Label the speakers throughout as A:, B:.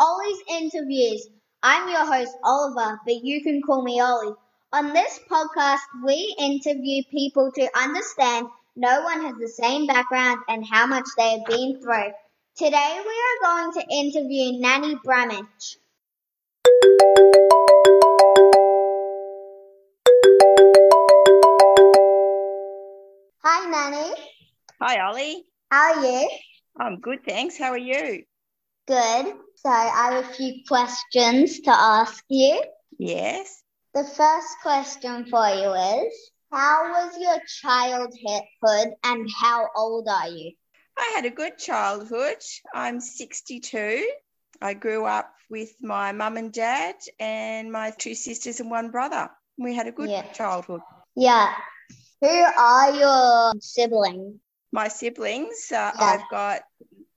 A: millions of years. I'm your host, Oliver, but you can call me Ollie. On this podcast, we interview people to understand no one has the same background and how much they have been through. Today, we are going to interview Nanny Bramage. Hi, Nanny.
B: Hi, Ollie.
A: How are you?
B: I'm good, thanks. How are you?
A: Good. So, I have a few questions to ask you.
B: Yes.
A: The first question for you is How was your childhood and how old are you?
B: I had a good childhood. I'm 62. I grew up with my mum and dad and my two sisters and one brother. We had a good
A: Yeah.
B: childhood.
A: Yeah. Who are your siblings?
B: My siblings, uh,
A: Yeah.
B: I've got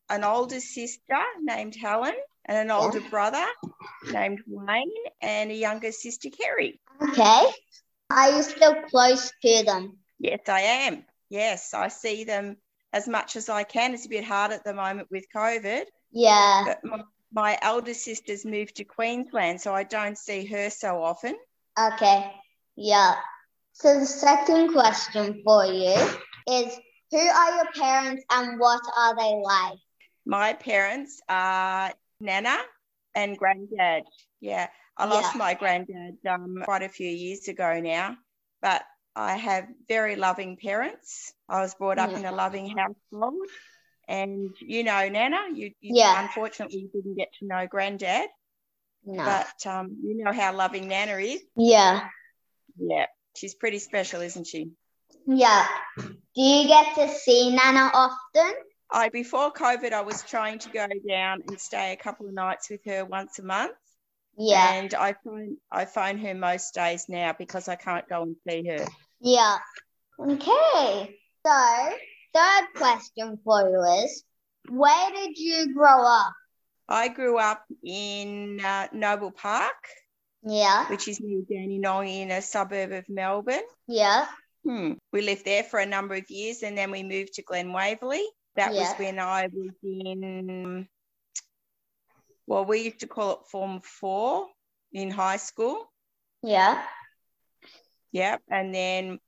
B: an older sister named Helen and an older brother named Wayne and a younger sister, Kerry.
A: Okay. Are you still close to them?
B: Yes, I am. Yes, I see them as much as I can. It's a bit hard at the moment with COVID.
A: Yeah.
B: But my, Uh, my elder sister's moved to Queensland, so I don't see her so often.
A: Okay. Yeah. So the second question for you is Who are your parents and what are they like?
B: My parents are Nana and Granddad. Yeah, I lost my granddad um, quite a few years ago now, but I have very loving parents. I was brought up
A: Yeah.
B: in a loving household. And you know, Nana, you, you
A: Yeah.
B: unfortunately you didn't get to know Granddad,
A: No.
B: but um, you know how loving Nana is.
A: yeah.
B: Yeah, she's pretty special, isn't she?
A: Yeah. Do you get to see Nana often?
B: I before COVID, I was trying to go down and stay a couple of nights with her once a month.
A: Yeah.
B: And I phone I phone her most days now because I can't go and see her.
A: Yeah. Okay. So, third question for you is Where did you grow up?
B: I grew up in uh, Noble Park,
A: Yeah.
B: which is near Dandenong in a suburb of Melbourne.
A: Yeah.
B: Hmm. We lived there for a number of years, and then we moved to Glen Waverley. That was
A: Yeah.
B: when I was in. Well, we used to call it Form Four in high school.
A: Yeah.
B: Yep. And then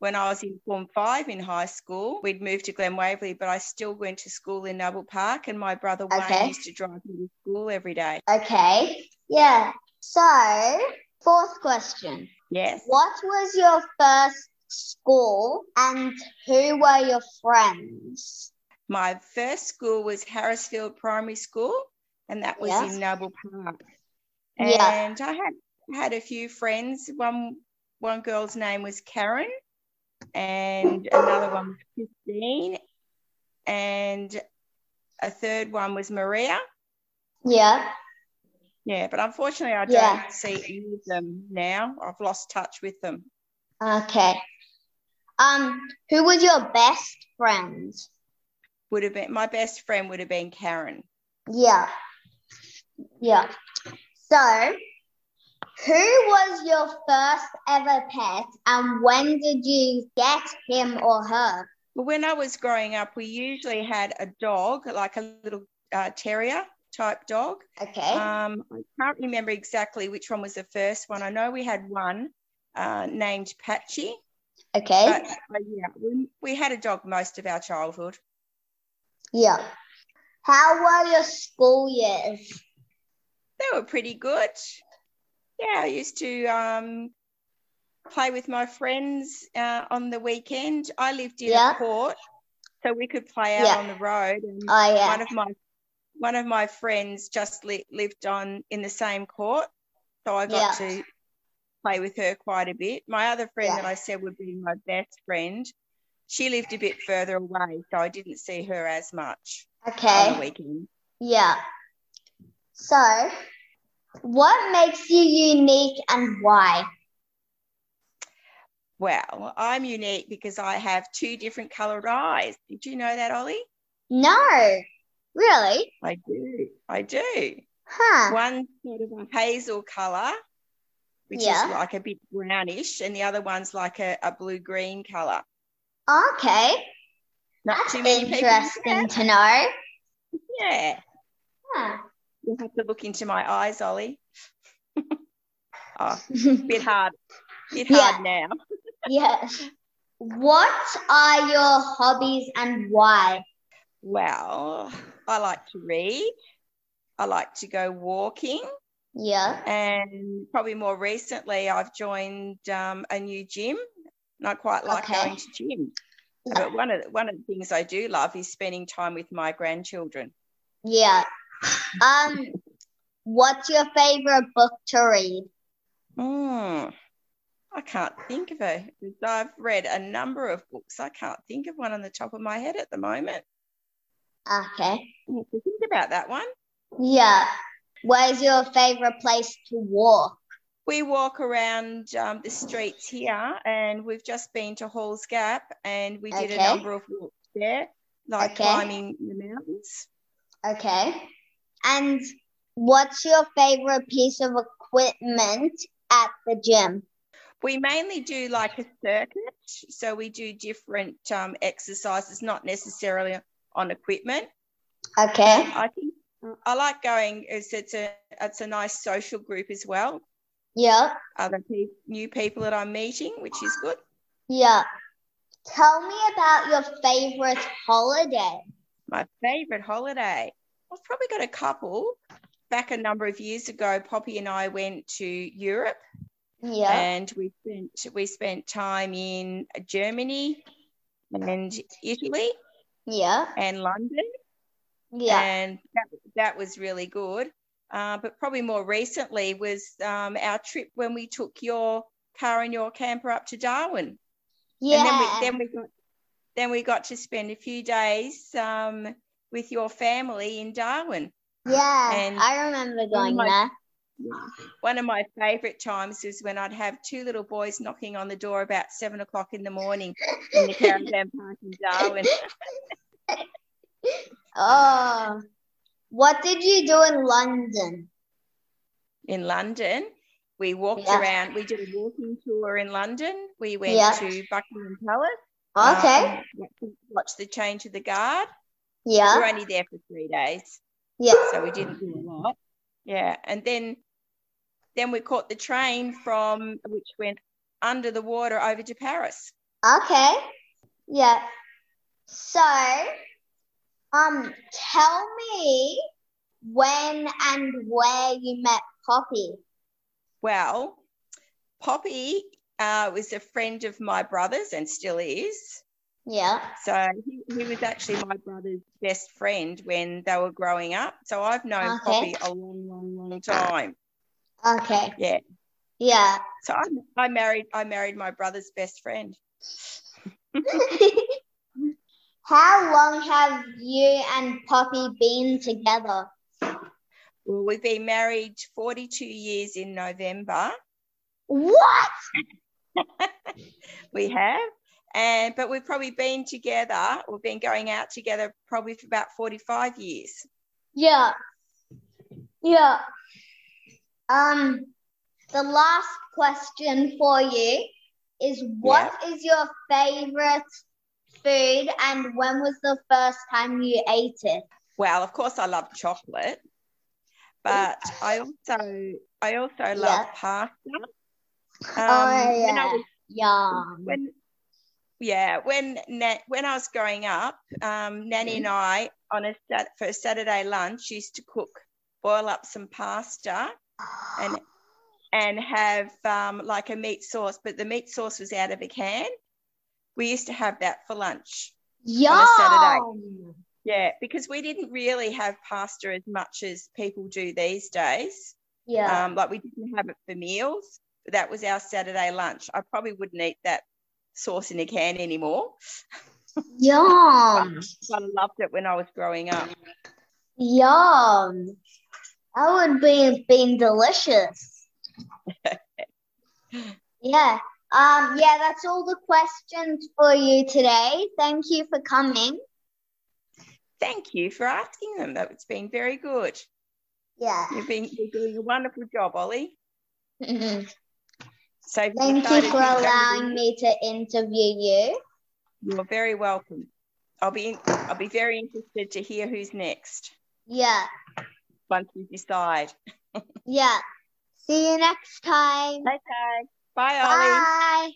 B: when I was in Form 5 in high school, we'd moved to Glen Waverley, but I still went to school in Noble Park, and my brother Wayne
A: Okay.
B: used to drive me to school every day.
A: Okay. Yeah. So, fourth question.
B: Yes.
A: What was your first school and who were your friends?
B: My first school was Harrisfield Primary School, and that was
A: Yes.
B: in Noble Park.
A: Yeah.
B: And I had had a few friends. One one girl's name was Karen, and another one was Christine, and a third one was Maria.
A: Yeah.
B: Yeah, but unfortunately, I don't
A: Yeah.
B: see any of them now. I've lost touch with them.
A: Okay. Um, who was your best friend?
B: Would have been my best friend would have been Karen.
A: Yeah. Yeah. So, who was your first ever pet and when did you get him or her?
B: But when I was growing up, we usually had a dog, like a little uh, terrier type dog.
A: Okay.
B: Um, I can't remember exactly which one was the first one. I know we had one uh, named Patchy,
A: okay.
B: but uh, yeah, we, we had a dog most of our childhood.
A: Yeah. How were your school years?
B: They were pretty good. Yeah, I used to um, play with my friends uh, on the weekend. I lived in
A: Yeah.
B: a court, so we could play out
A: Yeah.
B: on the road. And
A: Oh
B: one
A: yeah.
B: of my one of my friends just li- lived on in the same court, so I got to play with her quite a bit. My other friend
A: Yeah.
B: that I said would be my best friend, she lived a bit further away, so I didn't see her as much on the
A: Okay.
B: weekend.
A: Yeah. So, what makes you unique and why?
B: Well, I'm unique because I have two different coloured eyes. Did you know that, Ollie?
A: No. Really?
B: I do. I do.
A: Huh.
B: One sort of a hazel colour, which
A: Yeah.
B: is like a bit brownish, and the other one's like a, a blue green colour.
A: Okay.
B: Not
A: That's
B: too many people.
A: interesting to know.
B: Yeah.
A: Huh.
B: You have to look into my eyes, Ollie. oh, bit hard. Bit
A: Yeah.
B: hard now.
A: yes. What are your hobbies and why?
B: Well, I like to read. I like to go walking.
A: Yeah.
B: And probably more recently, I've joined um, a new gym. And I quite like
A: Okay.
B: going to gym.
A: Yeah.
B: But one of, the, one of the things I do love is spending time with my grandchildren.
A: Yeah. Um, what's your favorite book to read?
B: Mm. I can't think of a. I've read a number of books. I can't think of one on the top of my head at the moment.
A: Okay.
B: I have to think about that one.
A: Yeah. Where's your favorite place to walk?
B: We walk around um, the streets here, and we've just been to Halls Gap, and we did a
A: Okay.
B: number of walks there, like
A: Okay.
B: climbing the mountains.
A: Okay. And what's your favorite piece of equipment at the gym?
B: We mainly do like a circuit, so we do different um, exercises, not necessarily on equipment.
A: Okay.
B: I think I like going. It's, it's a it's a nice social group as well.
A: Yep.
B: Other pe- new people that I'm meeting, which is good.
A: Yeah. Tell me about your favorite holiday.
B: My favourite holiday. I've probably got a couple. Back a number of years ago, Poppy and I went to Europe,
A: Yeah.
B: and we spent we spent time in Germany and Italy
A: Yeah.
B: and London.
A: Yeah.
B: and that, that was really good. Uh, but probably more recently was um, our trip when we took your car and your camper up to Darwin, and then we
A: Yeah.
B: then we got then we got to spend a few days um, with your family in Darwin.
A: Yeah.
B: and-
A: I remember going
B: my-
A: there.
B: One of my favourite times was when I'd have two little boys knocking on the door about seven o'clock in the morning in the caravan park in Darwin.
A: Oh. What did you do in London?
B: in London. We walked
A: Yeah.
B: around, we did a walking tour in London. We went
A: Yeah.
B: to Buckingham Palace. um,
A: Okay.
B: watched the change of the guard. We
A: yeah.
B: were only there for three days,
A: Yeah.
B: so we didn't do a lot. Yeah. And then then we caught the train from which went under the water over to Paris.
A: Okay. Yeah. So, um, tell me when and where you met Poppy.
B: Well, Poppy uh, was a friend of my brother's and still is.
A: Yeah.
B: So he, he was actually my brother's best friend when they were growing up. So I've known
A: Okay.
B: Poppy a long, long, long time.
A: Okay.
B: Yeah.
A: Yeah.
B: So I, I married I married my brother's best friend.
A: How long have you and Poppy been together?
B: Well, we've been married 42 years in November.
A: What?
B: We have. And but we've probably been together, we've been going out together probably for about 45 years.
A: Yeah. Yeah. Um, the last question for you is What is your favorite food and when was the first time you ate it?
B: Well, of course I love chocolate, but I also I also love pasta. Um,
A: oh,
B: when I
A: yeah.
B: was
A: Yum.
B: when yeah when na- when I was growing up, um, Nanny and I on a sat- for a Saturday lunch used to cook boil up some pasta and and have um, like a meat sauce, but the meat sauce was out of a can. We used to have that for lunch.
A: Yum.
B: Saturday. Yeah, because we didn't really have pasta as much as people do these days.
A: Yeah.
B: Um, like we didn't have it for meals. But that was our Saturday lunch. I probably wouldn't eat that sauce in a can anymore. Um,
A: Yum.
B: But I loved it when I was growing up.
A: Yum. That would be been delicious. yeah. Um, yeah, that's all the questions for you today. Thank you for coming.
B: Thank you for asking them. That That's been very good.
A: Yeah.
B: You've been you're doing a wonderful job, Ollie.
A: Mhm.
B: So if
A: Thank you
B: decided
A: for
B: you'd like to do
A: allowing me to interview you.
B: You're very welcome. I'll be I'll be very interested to hear who's next.
A: Yeah.
B: once we decide.
A: Yeah. See you next time.
B: Okay. Bye, Ollie.
A: Bye.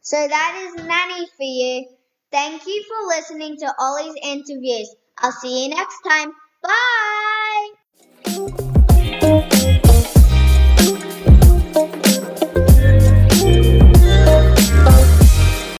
A: So that is Nanny for you. Thank you for listening to Ollie's interviews. I'll see you next time. Bye.